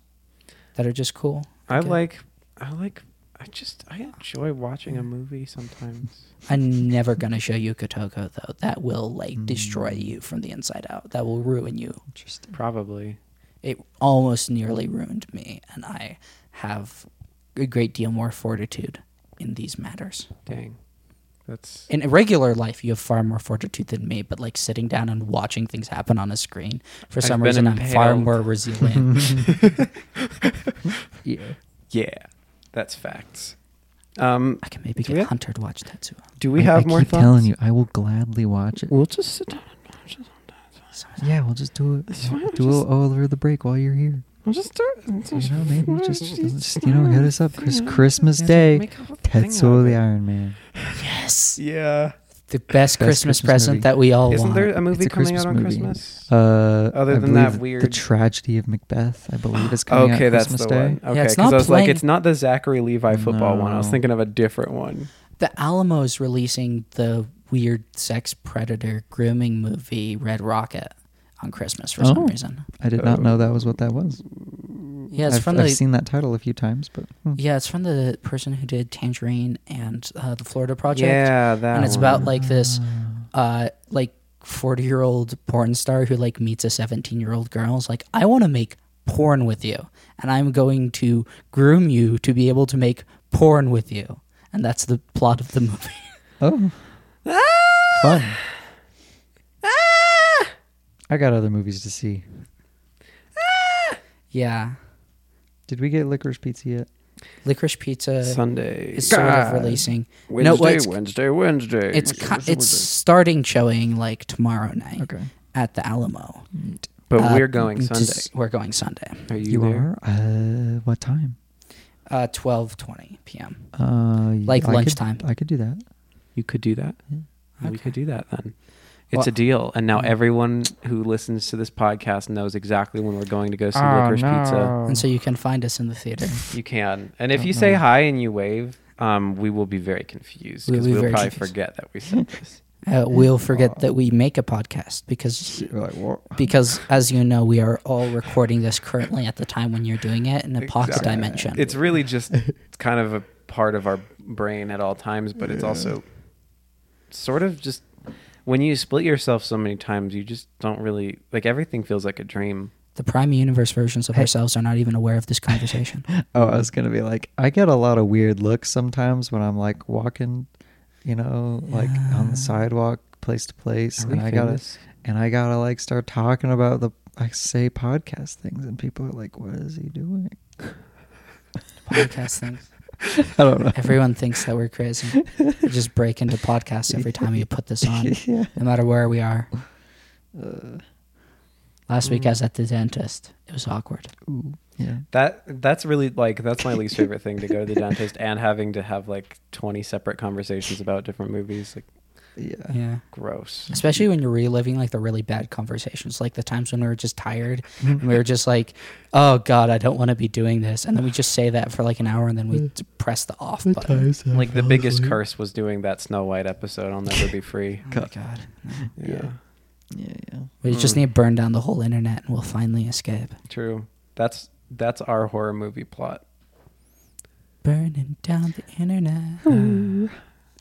[SPEAKER 3] that are just cool.
[SPEAKER 1] I
[SPEAKER 3] Okay.
[SPEAKER 1] like. I like. I just. I enjoy watching a movie sometimes.
[SPEAKER 3] I'm never gonna show you Kotoko though. That will like destroy
[SPEAKER 1] Hmm.
[SPEAKER 3] you from the inside out. That will ruin you.
[SPEAKER 2] Interesting.
[SPEAKER 1] Probably.
[SPEAKER 3] It almost nearly ruined me, and I have a great deal more fortitude in these matters.
[SPEAKER 1] Dang. That's.
[SPEAKER 3] In a regular life, you have far more fortitude than me, but like sitting down and watching things happen on a screen, for
[SPEAKER 1] I've
[SPEAKER 3] some
[SPEAKER 1] been
[SPEAKER 3] reason, I'm far
[SPEAKER 1] impaled.
[SPEAKER 3] more resilient.
[SPEAKER 2] Yeah.
[SPEAKER 1] Yeah, that's facts. Um,
[SPEAKER 3] I can maybe
[SPEAKER 1] Do we
[SPEAKER 3] get
[SPEAKER 1] have-
[SPEAKER 3] Hunter to watch Tetsuo.
[SPEAKER 1] do we
[SPEAKER 2] I-
[SPEAKER 1] have
[SPEAKER 2] I
[SPEAKER 1] more
[SPEAKER 2] keep
[SPEAKER 1] thoughts?
[SPEAKER 2] telling you, uh, I will gladly watch it.
[SPEAKER 1] We'll just sit down and watch it.
[SPEAKER 2] Yeah, we'll just do it.
[SPEAKER 1] It's fine,
[SPEAKER 2] Do
[SPEAKER 1] just-
[SPEAKER 2] it all over the break while you're here.
[SPEAKER 1] We'll just do it. It's
[SPEAKER 2] You
[SPEAKER 1] just-
[SPEAKER 2] know, maybe
[SPEAKER 1] it's
[SPEAKER 2] just, just you know, hit us up. Chris, Christmas
[SPEAKER 1] Yeah,
[SPEAKER 2] Day,
[SPEAKER 1] make a whole thing out
[SPEAKER 2] Tetsuo
[SPEAKER 1] of
[SPEAKER 2] the
[SPEAKER 1] it.
[SPEAKER 2] Iron Man.
[SPEAKER 3] Yes,
[SPEAKER 1] Yeah.
[SPEAKER 3] the best, Christmas,
[SPEAKER 2] Christmas
[SPEAKER 3] present
[SPEAKER 2] movie.
[SPEAKER 3] that we all
[SPEAKER 1] Isn't
[SPEAKER 3] want.
[SPEAKER 1] there a movie
[SPEAKER 2] a
[SPEAKER 1] coming
[SPEAKER 2] Christmas
[SPEAKER 1] out on
[SPEAKER 2] movie.
[SPEAKER 1] Christmas?
[SPEAKER 2] Uh,
[SPEAKER 1] Other
[SPEAKER 2] I
[SPEAKER 1] than that
[SPEAKER 2] believe the
[SPEAKER 1] weird-
[SPEAKER 2] tragedy of Macbeth, I believe, is coming
[SPEAKER 1] Okay,
[SPEAKER 2] out
[SPEAKER 1] that's
[SPEAKER 2] Christmas
[SPEAKER 1] the
[SPEAKER 2] Day.
[SPEAKER 1] one. Okay,
[SPEAKER 3] it's
[SPEAKER 1] because
[SPEAKER 3] not
[SPEAKER 1] I was
[SPEAKER 3] playing-
[SPEAKER 1] like, it's not the Zachary Levi football one. I was
[SPEAKER 2] No.
[SPEAKER 1] thinking of a different one.
[SPEAKER 3] The Alamo's releasing the weird sex predator grooming movie Red Rocket on Christmas for
[SPEAKER 2] Oh.
[SPEAKER 3] some reason.
[SPEAKER 2] I did not
[SPEAKER 1] Oh.
[SPEAKER 2] know that was what that was.
[SPEAKER 3] Yeah, it's
[SPEAKER 2] I've,
[SPEAKER 3] from
[SPEAKER 2] I've
[SPEAKER 3] the
[SPEAKER 2] seen that title a few times, but hmm.
[SPEAKER 3] yeah, it's from the person who did Tangerine and uh, the Florida Project.
[SPEAKER 1] Yeah, that.
[SPEAKER 3] and it's
[SPEAKER 1] one.
[SPEAKER 3] about like this, uh, like forty year old porn star who like meets a seventeen year old girl. and is like, I want to make porn with you, and I'm going to groom you to be able to make porn with you, and that's the plot of the movie.
[SPEAKER 2] oh,
[SPEAKER 1] Ah!
[SPEAKER 2] fun.
[SPEAKER 1] Ah!
[SPEAKER 2] I got other movies to see.
[SPEAKER 3] yeah,
[SPEAKER 2] Did we get Licorice Pizza yet?
[SPEAKER 3] Licorice Pizza.
[SPEAKER 1] Sunday.
[SPEAKER 3] is sort
[SPEAKER 1] God.
[SPEAKER 3] of releasing.
[SPEAKER 1] Wednesday,
[SPEAKER 3] no, well, it's,
[SPEAKER 1] Wednesday, Wednesday.
[SPEAKER 3] it's
[SPEAKER 1] Wednesday,
[SPEAKER 3] ki-
[SPEAKER 1] Wednesday,
[SPEAKER 3] it's
[SPEAKER 1] Wednesday.
[SPEAKER 3] starting showing like tomorrow night
[SPEAKER 2] Okay,
[SPEAKER 3] at the Alamo.
[SPEAKER 1] But
[SPEAKER 3] Uh,
[SPEAKER 1] we're going
[SPEAKER 3] to
[SPEAKER 1] Sunday.
[SPEAKER 3] s- We're going Sunday,
[SPEAKER 1] Are you,
[SPEAKER 2] you
[SPEAKER 1] there?
[SPEAKER 2] are. Uh, what time?
[SPEAKER 3] uh, twelve twenty p.m.
[SPEAKER 2] Uh,
[SPEAKER 3] Like
[SPEAKER 2] I could-
[SPEAKER 3] lunchtime.
[SPEAKER 2] I could do that.
[SPEAKER 1] You could do that.
[SPEAKER 2] Yeah.
[SPEAKER 1] We could do that then. It's
[SPEAKER 3] Well-
[SPEAKER 1] a deal. And now everyone who listens to this podcast knows exactly when we're going to go see
[SPEAKER 3] Oh,
[SPEAKER 1] Licorice Pizza.
[SPEAKER 3] And so you can find us in the theater.
[SPEAKER 1] You can. And if
[SPEAKER 2] Don't
[SPEAKER 1] you say
[SPEAKER 2] know.
[SPEAKER 1] hi and you wave, um, we will be very confused
[SPEAKER 3] We'll
[SPEAKER 1] because
[SPEAKER 3] be
[SPEAKER 1] we'll,
[SPEAKER 3] very
[SPEAKER 1] probably
[SPEAKER 3] confused.
[SPEAKER 1] forget that we said this.
[SPEAKER 3] Uh, we'll
[SPEAKER 1] Oh.
[SPEAKER 3] forget that we make a podcast because
[SPEAKER 2] like what?
[SPEAKER 3] because as you know, we are all recording this currently at the time when you're doing it in a pocket
[SPEAKER 1] Exactly.
[SPEAKER 3] dimension.
[SPEAKER 1] It's really just kind of a part of our brain at all times, but it's also sort of just when you split yourself so many times, you just don't really like everything feels like a dream.
[SPEAKER 3] The Prime Universe versions of ourselves are not even aware of this conversation.
[SPEAKER 2] Oh, I was gonna be like, I get a lot of weird looks sometimes when I'm like walking, you know, like on the sidewalk, place to place,
[SPEAKER 1] Are we
[SPEAKER 2] and I gotta
[SPEAKER 1] famous?
[SPEAKER 2] and I gotta like start talking about the I say podcast things, and people are like, "What is he doing?"
[SPEAKER 3] Podcast things.
[SPEAKER 2] I don't know.
[SPEAKER 3] Everyone thinks that we're crazy. We just break into podcasts every time you put this on,
[SPEAKER 2] yeah.
[SPEAKER 3] no matter where we are.
[SPEAKER 2] Uh,
[SPEAKER 3] Last week I was at the dentist. It was awkward.
[SPEAKER 2] Ooh, yeah.
[SPEAKER 1] That that's really like that's my least favorite thing to go to the dentist and having to have like twenty separate conversations about different movies. Like
[SPEAKER 2] Yeah.
[SPEAKER 3] Yeah.
[SPEAKER 1] gross.
[SPEAKER 3] Especially when you're reliving like the really bad conversations, like the times when we were just tired and we were just like, "Oh God, I don't want to be doing this," and then we just say that for like an hour and then we t- press the off button.
[SPEAKER 1] Like the biggest curse was doing that Snow White episode. I'll never be free.
[SPEAKER 3] Oh my God,
[SPEAKER 1] Yeah,
[SPEAKER 2] Yeah. Yeah, yeah.
[SPEAKER 3] we just need to burn down the whole internet and we'll finally escape.
[SPEAKER 1] true. That's that's our horror movie plot.
[SPEAKER 3] Burning down the internet.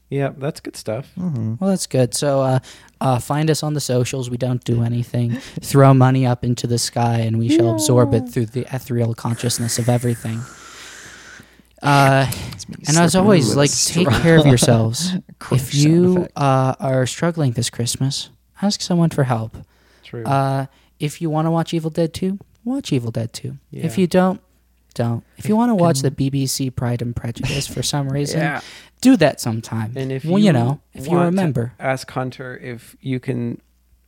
[SPEAKER 1] Yeah, that's good stuff.
[SPEAKER 2] Mm-hmm.
[SPEAKER 3] Well, that's good. So uh, uh, find us on the socials. We don't do anything. Throw money up into the sky, and we shall absorb it through the ethereal consciousness of everything. Uh, and as always, like take care of yourselves. if
[SPEAKER 2] Crunch sound
[SPEAKER 3] you
[SPEAKER 2] effect.
[SPEAKER 3] uh, are struggling this Christmas, ask someone for help.
[SPEAKER 1] True.
[SPEAKER 3] Uh, if you want to watch Evil Dead 2, watch Evil Dead 2. If
[SPEAKER 1] Yeah.
[SPEAKER 3] you don't, don't. If you want to watch the BBC Pride and Prejudice for some reason,
[SPEAKER 1] Yeah.
[SPEAKER 3] do that sometime.
[SPEAKER 1] and if
[SPEAKER 3] well, you, know, if you
[SPEAKER 1] want to
[SPEAKER 3] remember.
[SPEAKER 1] ask Hunter if you can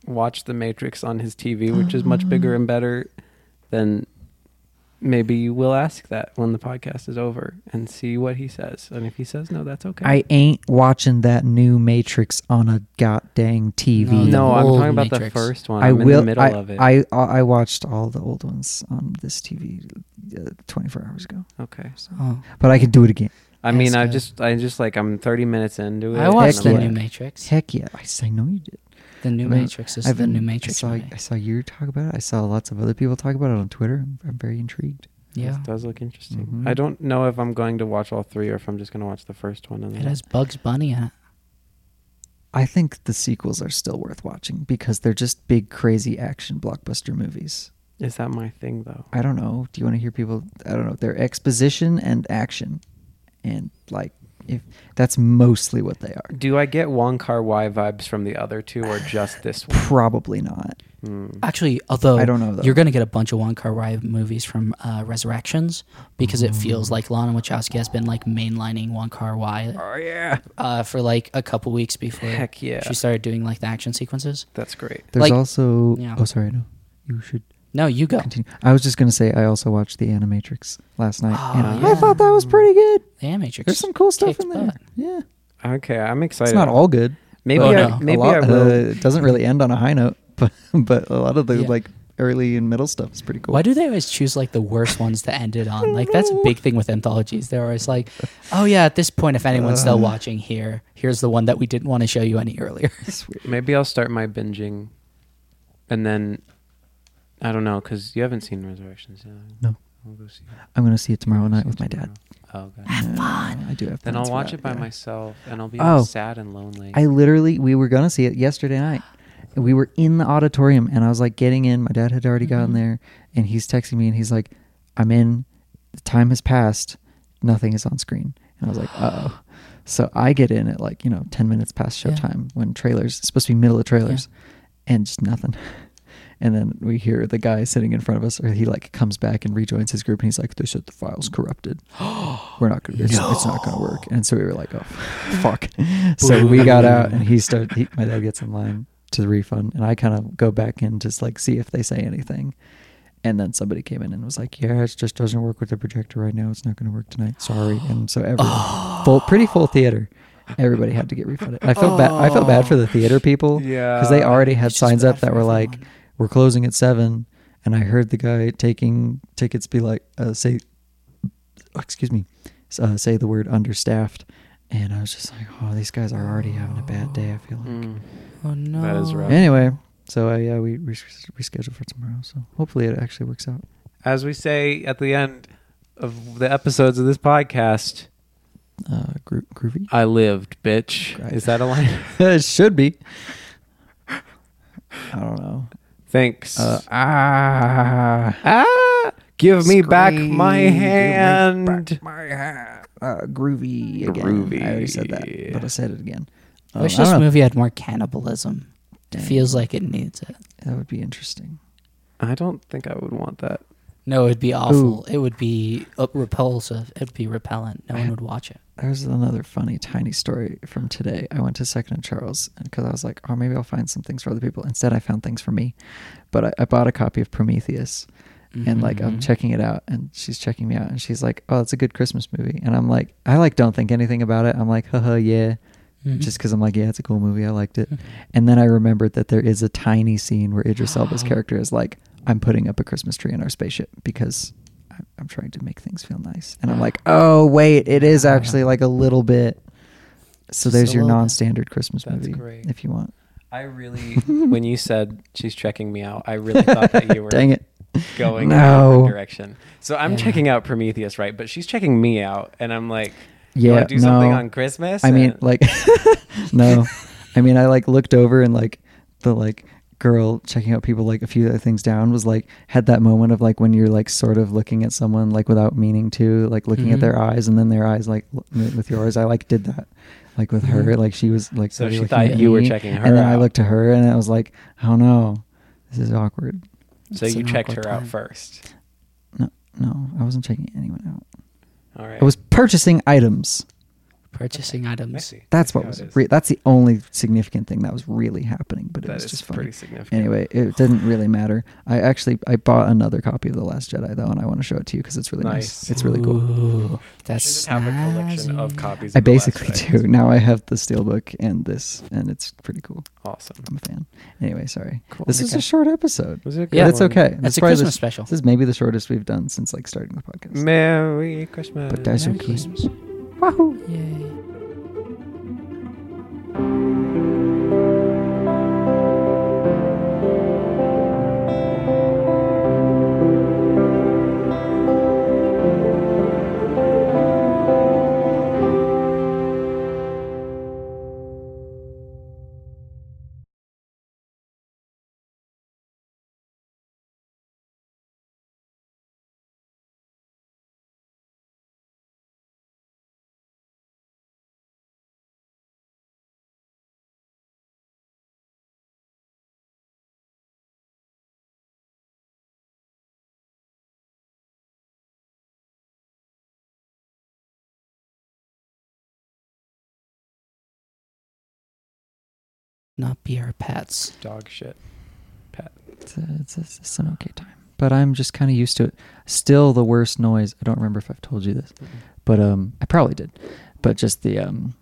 [SPEAKER 1] watch The Matrix on his TV, which is much bigger and better. Then maybe you will ask that when the podcast is over and see what he says. And if he says no, that's okay.
[SPEAKER 2] I ain't watching that new Matrix on a goddamn TV.
[SPEAKER 3] No,
[SPEAKER 1] no, I'm
[SPEAKER 3] old
[SPEAKER 1] talking about the
[SPEAKER 3] Matrix.
[SPEAKER 1] first one.
[SPEAKER 2] I
[SPEAKER 1] I'm
[SPEAKER 2] will.
[SPEAKER 1] in the middle
[SPEAKER 2] I,
[SPEAKER 1] of it.
[SPEAKER 2] I I I watched all the old ones on this TV uh, 24 hours ago,
[SPEAKER 1] okay.
[SPEAKER 3] Oh.
[SPEAKER 2] but I could do it again.
[SPEAKER 1] I mean,
[SPEAKER 3] That's
[SPEAKER 1] I
[SPEAKER 3] good.
[SPEAKER 1] just, I just like, I'm 30 minutes into it.
[SPEAKER 3] I
[SPEAKER 1] and
[SPEAKER 3] watched the
[SPEAKER 1] I'm
[SPEAKER 3] new
[SPEAKER 1] like,
[SPEAKER 3] Matrix.
[SPEAKER 2] Heck yeah! I say no, you did.
[SPEAKER 3] The new
[SPEAKER 2] I mean,
[SPEAKER 3] Matrix is
[SPEAKER 2] I've
[SPEAKER 3] the
[SPEAKER 2] been-
[SPEAKER 3] new
[SPEAKER 2] I
[SPEAKER 3] Matrix
[SPEAKER 2] saw,
[SPEAKER 3] movie.
[SPEAKER 2] I saw you talk about it. I saw lots of other people talk about it on Twitter. I'm, I'm very intrigued.
[SPEAKER 3] Yeah, Mm-hmm.
[SPEAKER 1] It does look interesting.
[SPEAKER 2] Mhm.
[SPEAKER 1] I don't know if I'm going to watch all three or if I'm just going to watch the first one. And
[SPEAKER 3] it
[SPEAKER 1] then-
[SPEAKER 3] has Bugs Bunny in it.
[SPEAKER 2] I think the sequels are still worth watching because they're just big, crazy action blockbuster movies.
[SPEAKER 1] Is that my thing though?
[SPEAKER 2] I don't know. Do you want to hear people? I don't know. They're exposition and action, and like if that's mostly what they are.
[SPEAKER 1] Do I get Wong Kar Wai vibes from the other two or just this one?
[SPEAKER 2] Probably not.
[SPEAKER 1] Hmm.
[SPEAKER 3] Actually, although
[SPEAKER 2] Mm. I don't know, though.
[SPEAKER 3] you're gonna get a bunch of Wong Kar Wai movies from uh, Resurrections because it
[SPEAKER 2] Mm.
[SPEAKER 3] feels like Lana Wachowski has been like mainlining Wong Kar Wai
[SPEAKER 1] Oh yeah,
[SPEAKER 3] uh, for like a couple weeks before
[SPEAKER 1] heck yeah,
[SPEAKER 3] she started doing like the action sequences.
[SPEAKER 1] that's great.
[SPEAKER 2] There's
[SPEAKER 3] Like-
[SPEAKER 2] also.
[SPEAKER 3] Yeah.
[SPEAKER 2] Oh, sorry. No, you should
[SPEAKER 3] No, you go.
[SPEAKER 2] continue. I was just gonna say I also watched the Animatrix last night, and
[SPEAKER 3] Ah,
[SPEAKER 2] I thought that was pretty good.
[SPEAKER 3] The Animatrix.
[SPEAKER 2] There's some cool stuff
[SPEAKER 3] kicked
[SPEAKER 2] in there.
[SPEAKER 3] butt.
[SPEAKER 2] Yeah,
[SPEAKER 1] Okay, I'm
[SPEAKER 2] it's
[SPEAKER 1] excited.
[SPEAKER 2] not all good.
[SPEAKER 1] maybe
[SPEAKER 3] Oh,
[SPEAKER 1] I,
[SPEAKER 3] no.
[SPEAKER 1] maybe
[SPEAKER 2] a lot,
[SPEAKER 1] I will.
[SPEAKER 2] Uh, it doesn't really end on a high note, but but a lot of the
[SPEAKER 3] Yeah.
[SPEAKER 2] like early and middle stuff is pretty cool.
[SPEAKER 3] Why do they always choose like the worst ones to end it on? Like that's a big thing with anthologies. They're always like, "Oh yeah, at this point, if anyone's still
[SPEAKER 2] Uh.
[SPEAKER 3] watching here, here's the one that we didn't want to show you any earlier."
[SPEAKER 2] It's weird.
[SPEAKER 1] maybe I'll start my binging, and then I don't know because you haven't seen Resurrections. Yeah.
[SPEAKER 2] No.
[SPEAKER 1] I'll go see it.
[SPEAKER 2] I'm gonna see it tomorrow night
[SPEAKER 1] See
[SPEAKER 2] with my
[SPEAKER 1] it
[SPEAKER 2] dad.
[SPEAKER 1] tomorrow. Oh god.
[SPEAKER 2] Have fun. I do have.
[SPEAKER 1] Then
[SPEAKER 2] plans
[SPEAKER 1] I'll
[SPEAKER 2] for
[SPEAKER 1] watch
[SPEAKER 2] that,
[SPEAKER 1] it by
[SPEAKER 2] yeah.
[SPEAKER 1] myself, and I'll be
[SPEAKER 2] Oh.
[SPEAKER 1] sad and lonely.
[SPEAKER 2] I literally, we were gonna see it yesterday night. We were in the auditorium, and I was like getting in. My dad had already gotten there, and he's texting me, and he's like, "I'm in. The time has passed. Nothing is on screen." And I was like, "Oh." So I get in at like you know ten minutes past
[SPEAKER 3] Yeah.
[SPEAKER 2] showtime when trailers it's supposed to be middle of trailers, and just nothing. And then we hear the guy sitting in front of us, or he like comes back and rejoins his group, and he's like, "They said the file's corrupted. We're not gonna. It's, it's not gonna work." And so we were like, "Oh, fuck!" So we got out, and he started. He, my dad gets in line to the refund, and I kind of go back in just like see if they say anything. And then somebody came in and was like, "Yeah, it just doesn't work with the projector right now. It's not going to work tonight. Sorry." And so everyone, full, pretty full theater, everybody had to get refunded. I felt bad. I felt bad for the theater people because they
[SPEAKER 1] Yeah.
[SPEAKER 2] already had
[SPEAKER 3] It's just
[SPEAKER 2] signs up
[SPEAKER 3] bad
[SPEAKER 2] that
[SPEAKER 3] for
[SPEAKER 2] were like,
[SPEAKER 3] everyone.
[SPEAKER 2] "We're closing at 7 and I heard the guy taking tickets be like, uh, "Say, oh, excuse me, s- uh, say the word understaffed," and I was just like, "Oh, these guys are already having a bad day." I feel like.
[SPEAKER 1] Mm.
[SPEAKER 3] Oh no,
[SPEAKER 1] That is rough.
[SPEAKER 2] Anyway, so uh, yeah, we we s- rescheduled for tomorrow. So hopefully it actually works out.
[SPEAKER 1] As we say at the end of the episodes of this podcast,
[SPEAKER 2] Uh, gro- groovy.
[SPEAKER 1] I lived, bitch.
[SPEAKER 2] Great.
[SPEAKER 1] Is that a line?
[SPEAKER 2] it should be. I don't know.
[SPEAKER 1] Thanks.
[SPEAKER 2] Uh, ah,
[SPEAKER 1] ah, give me back my
[SPEAKER 2] Scream, give me
[SPEAKER 1] hand.
[SPEAKER 2] back my hand. Uh, groovy again. I already said that,
[SPEAKER 1] Groovy.
[SPEAKER 2] but I said it again.
[SPEAKER 3] I
[SPEAKER 2] Um,
[SPEAKER 3] wish
[SPEAKER 2] I don't
[SPEAKER 3] this
[SPEAKER 2] know.
[SPEAKER 3] movie had more cannibalism. It
[SPEAKER 2] Dang.
[SPEAKER 3] feels like it needs it.
[SPEAKER 2] That would be interesting.
[SPEAKER 1] I don't think I would want that.
[SPEAKER 3] No, it'd be awful. It would be uh, repulsive. It'd be repellent. No one would watch it.
[SPEAKER 2] There's another funny, tiny story from today. I went to Second and Charles because I was like, oh, maybe I'll find some things for other people. Instead, I found things for me. But I, I bought a copy of Prometheus and like
[SPEAKER 3] Mm-hmm.
[SPEAKER 2] I'm checking it out and she's checking me out and she's like, oh, that's a good Christmas movie. And I'm like, I like don't think anything about it. I'm like, haha, yeah.
[SPEAKER 3] Mhm.
[SPEAKER 2] Just because I'm like, yeah, it's a cool movie. I liked it. And then I remembered that there is a tiny scene where Idris Elba's character is like, I'm putting up a Christmas tree in our spaceship because I'm, I'm trying to make things feel nice. And I'm like, oh, wait, it is actually like a little bit. So
[SPEAKER 3] Just
[SPEAKER 2] there's
[SPEAKER 3] a
[SPEAKER 2] your
[SPEAKER 3] little bit.
[SPEAKER 2] non standard Christmas
[SPEAKER 1] That's
[SPEAKER 2] movie
[SPEAKER 1] great.
[SPEAKER 2] if you want.
[SPEAKER 1] I really, when you said she's checking me out, I really thought that you were
[SPEAKER 2] Dang it.
[SPEAKER 1] going in
[SPEAKER 2] No.
[SPEAKER 1] a different direction. So I'm
[SPEAKER 3] Yeah.
[SPEAKER 1] checking out Prometheus, right? But she's checking me out, and I'm like, you
[SPEAKER 2] Yeah.
[SPEAKER 1] wanna do something
[SPEAKER 2] no.
[SPEAKER 1] on Christmas?
[SPEAKER 2] I mean,
[SPEAKER 1] And-
[SPEAKER 2] like, no. I mean, I like looked over and like the like girl checking out people like a few other things down was like had that moment of like when you're like sort of looking at someone like without meaning to like looking
[SPEAKER 1] Mm-hmm.
[SPEAKER 3] Mhm.
[SPEAKER 2] at their eyes and then their eyes like l- meet with yours. I like did that like with her
[SPEAKER 3] Mhm.
[SPEAKER 2] like she was like
[SPEAKER 1] Mm-hmm. So
[SPEAKER 2] really
[SPEAKER 1] she
[SPEAKER 2] looking
[SPEAKER 1] thought
[SPEAKER 2] at
[SPEAKER 1] you were
[SPEAKER 2] me,
[SPEAKER 1] checking her
[SPEAKER 2] and then I
[SPEAKER 1] out.
[SPEAKER 2] looked to her and I was like, oh no, this is awkward.
[SPEAKER 1] so
[SPEAKER 3] It's
[SPEAKER 1] you
[SPEAKER 3] an
[SPEAKER 1] checked her
[SPEAKER 3] awkward
[SPEAKER 1] out
[SPEAKER 3] time.
[SPEAKER 1] first.
[SPEAKER 2] No, I wasn't checking anyone out.
[SPEAKER 1] All right.
[SPEAKER 2] I was purchasing items.
[SPEAKER 3] Purchasing
[SPEAKER 1] I
[SPEAKER 3] items.
[SPEAKER 1] see. I
[SPEAKER 2] That's
[SPEAKER 1] see
[SPEAKER 2] what
[SPEAKER 1] how it
[SPEAKER 2] was.
[SPEAKER 1] is.
[SPEAKER 2] Re- that's the only significant thing that was really happening. But it
[SPEAKER 1] That
[SPEAKER 2] was
[SPEAKER 1] is
[SPEAKER 2] just funny.
[SPEAKER 1] pretty significant.
[SPEAKER 2] Anyway, it didn't really matter. I actually I bought another copy of The Last Jedi though, and I want to show it to you because it's really nice.
[SPEAKER 1] Nice.
[SPEAKER 2] It's really cool.
[SPEAKER 3] Ooh, that's
[SPEAKER 1] She just have a collection of
[SPEAKER 3] snazzy.
[SPEAKER 1] copies.
[SPEAKER 2] I
[SPEAKER 1] of The Last
[SPEAKER 2] basically
[SPEAKER 1] Jedi.
[SPEAKER 2] do now. I have the steelbook and this, and it's pretty cool.
[SPEAKER 1] Awesome.
[SPEAKER 2] I'm a fan. Anyway, sorry.
[SPEAKER 1] Cool.
[SPEAKER 2] This is
[SPEAKER 3] Okay.
[SPEAKER 2] a short episode.
[SPEAKER 1] Was it? a good
[SPEAKER 3] Yeah.
[SPEAKER 2] that's
[SPEAKER 1] one?
[SPEAKER 2] okay.
[SPEAKER 3] Oh That's
[SPEAKER 2] This
[SPEAKER 3] a
[SPEAKER 2] is probably the-
[SPEAKER 3] Christmas special.
[SPEAKER 2] This is maybe the shortest we've done since like starting the podcast.
[SPEAKER 1] Merry Christmas.
[SPEAKER 2] But that's
[SPEAKER 3] Merry
[SPEAKER 2] okay.
[SPEAKER 3] Christmas.
[SPEAKER 2] Wahoo!
[SPEAKER 3] Yay. Not be our pets.
[SPEAKER 1] Dog shit.
[SPEAKER 2] It's, a, it's, a, it's an okay time, but I'm just kind of used to it. Still, the worst noise. I don't remember if I've told you this, but um, I probably did. But just the um,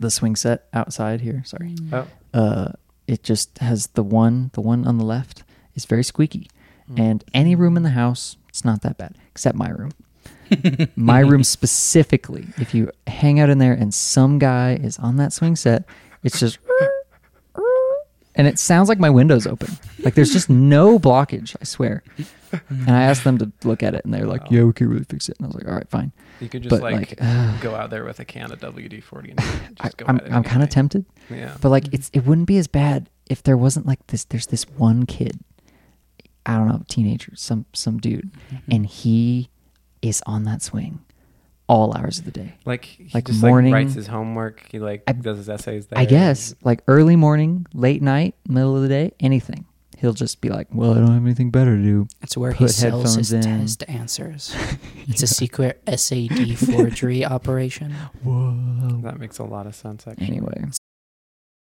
[SPEAKER 2] the swing set outside here. Sorry.
[SPEAKER 1] Oh.
[SPEAKER 2] uh, it just has the one the one on the left is very squeaky
[SPEAKER 1] Hmm.
[SPEAKER 2] and any room in the house it's not that bad except my room my room specifically if you hang out in there and some guy is on that swing set it's just and it sounds like my window's open like there's just no blockage i swear and i asked them to look at it and they're like yeah we can really fix it and i was like all right fine
[SPEAKER 1] You could just
[SPEAKER 2] But,
[SPEAKER 1] like,
[SPEAKER 2] like, uh,
[SPEAKER 1] go out there with a can of WD forty and
[SPEAKER 2] I,
[SPEAKER 1] just go.
[SPEAKER 2] i'm,
[SPEAKER 1] at it
[SPEAKER 2] I'm kind
[SPEAKER 1] anyway.
[SPEAKER 2] of tempted
[SPEAKER 1] Yeah.
[SPEAKER 2] But like it's it wouldn't be as bad if there wasn't like this there's this one kid, I don't know, teenager, some some dude,
[SPEAKER 3] Mm-hmm.
[SPEAKER 2] and he is on that swing all hours of the day.
[SPEAKER 1] like he
[SPEAKER 2] like
[SPEAKER 1] just
[SPEAKER 2] morning-
[SPEAKER 1] like writes his homework. He like
[SPEAKER 2] I-
[SPEAKER 1] does his essays. There.
[SPEAKER 2] I guess like early morning, late night, middle of the day, anything. He'll just be like, "Well, I don't have anything better to do."
[SPEAKER 3] That's where he
[SPEAKER 2] Put
[SPEAKER 3] sells his
[SPEAKER 2] headphones in.
[SPEAKER 3] test answers. It's a secret SAD forgery operation.
[SPEAKER 2] Whoa.
[SPEAKER 1] that makes a lot of sense. Actually.
[SPEAKER 2] Anyway,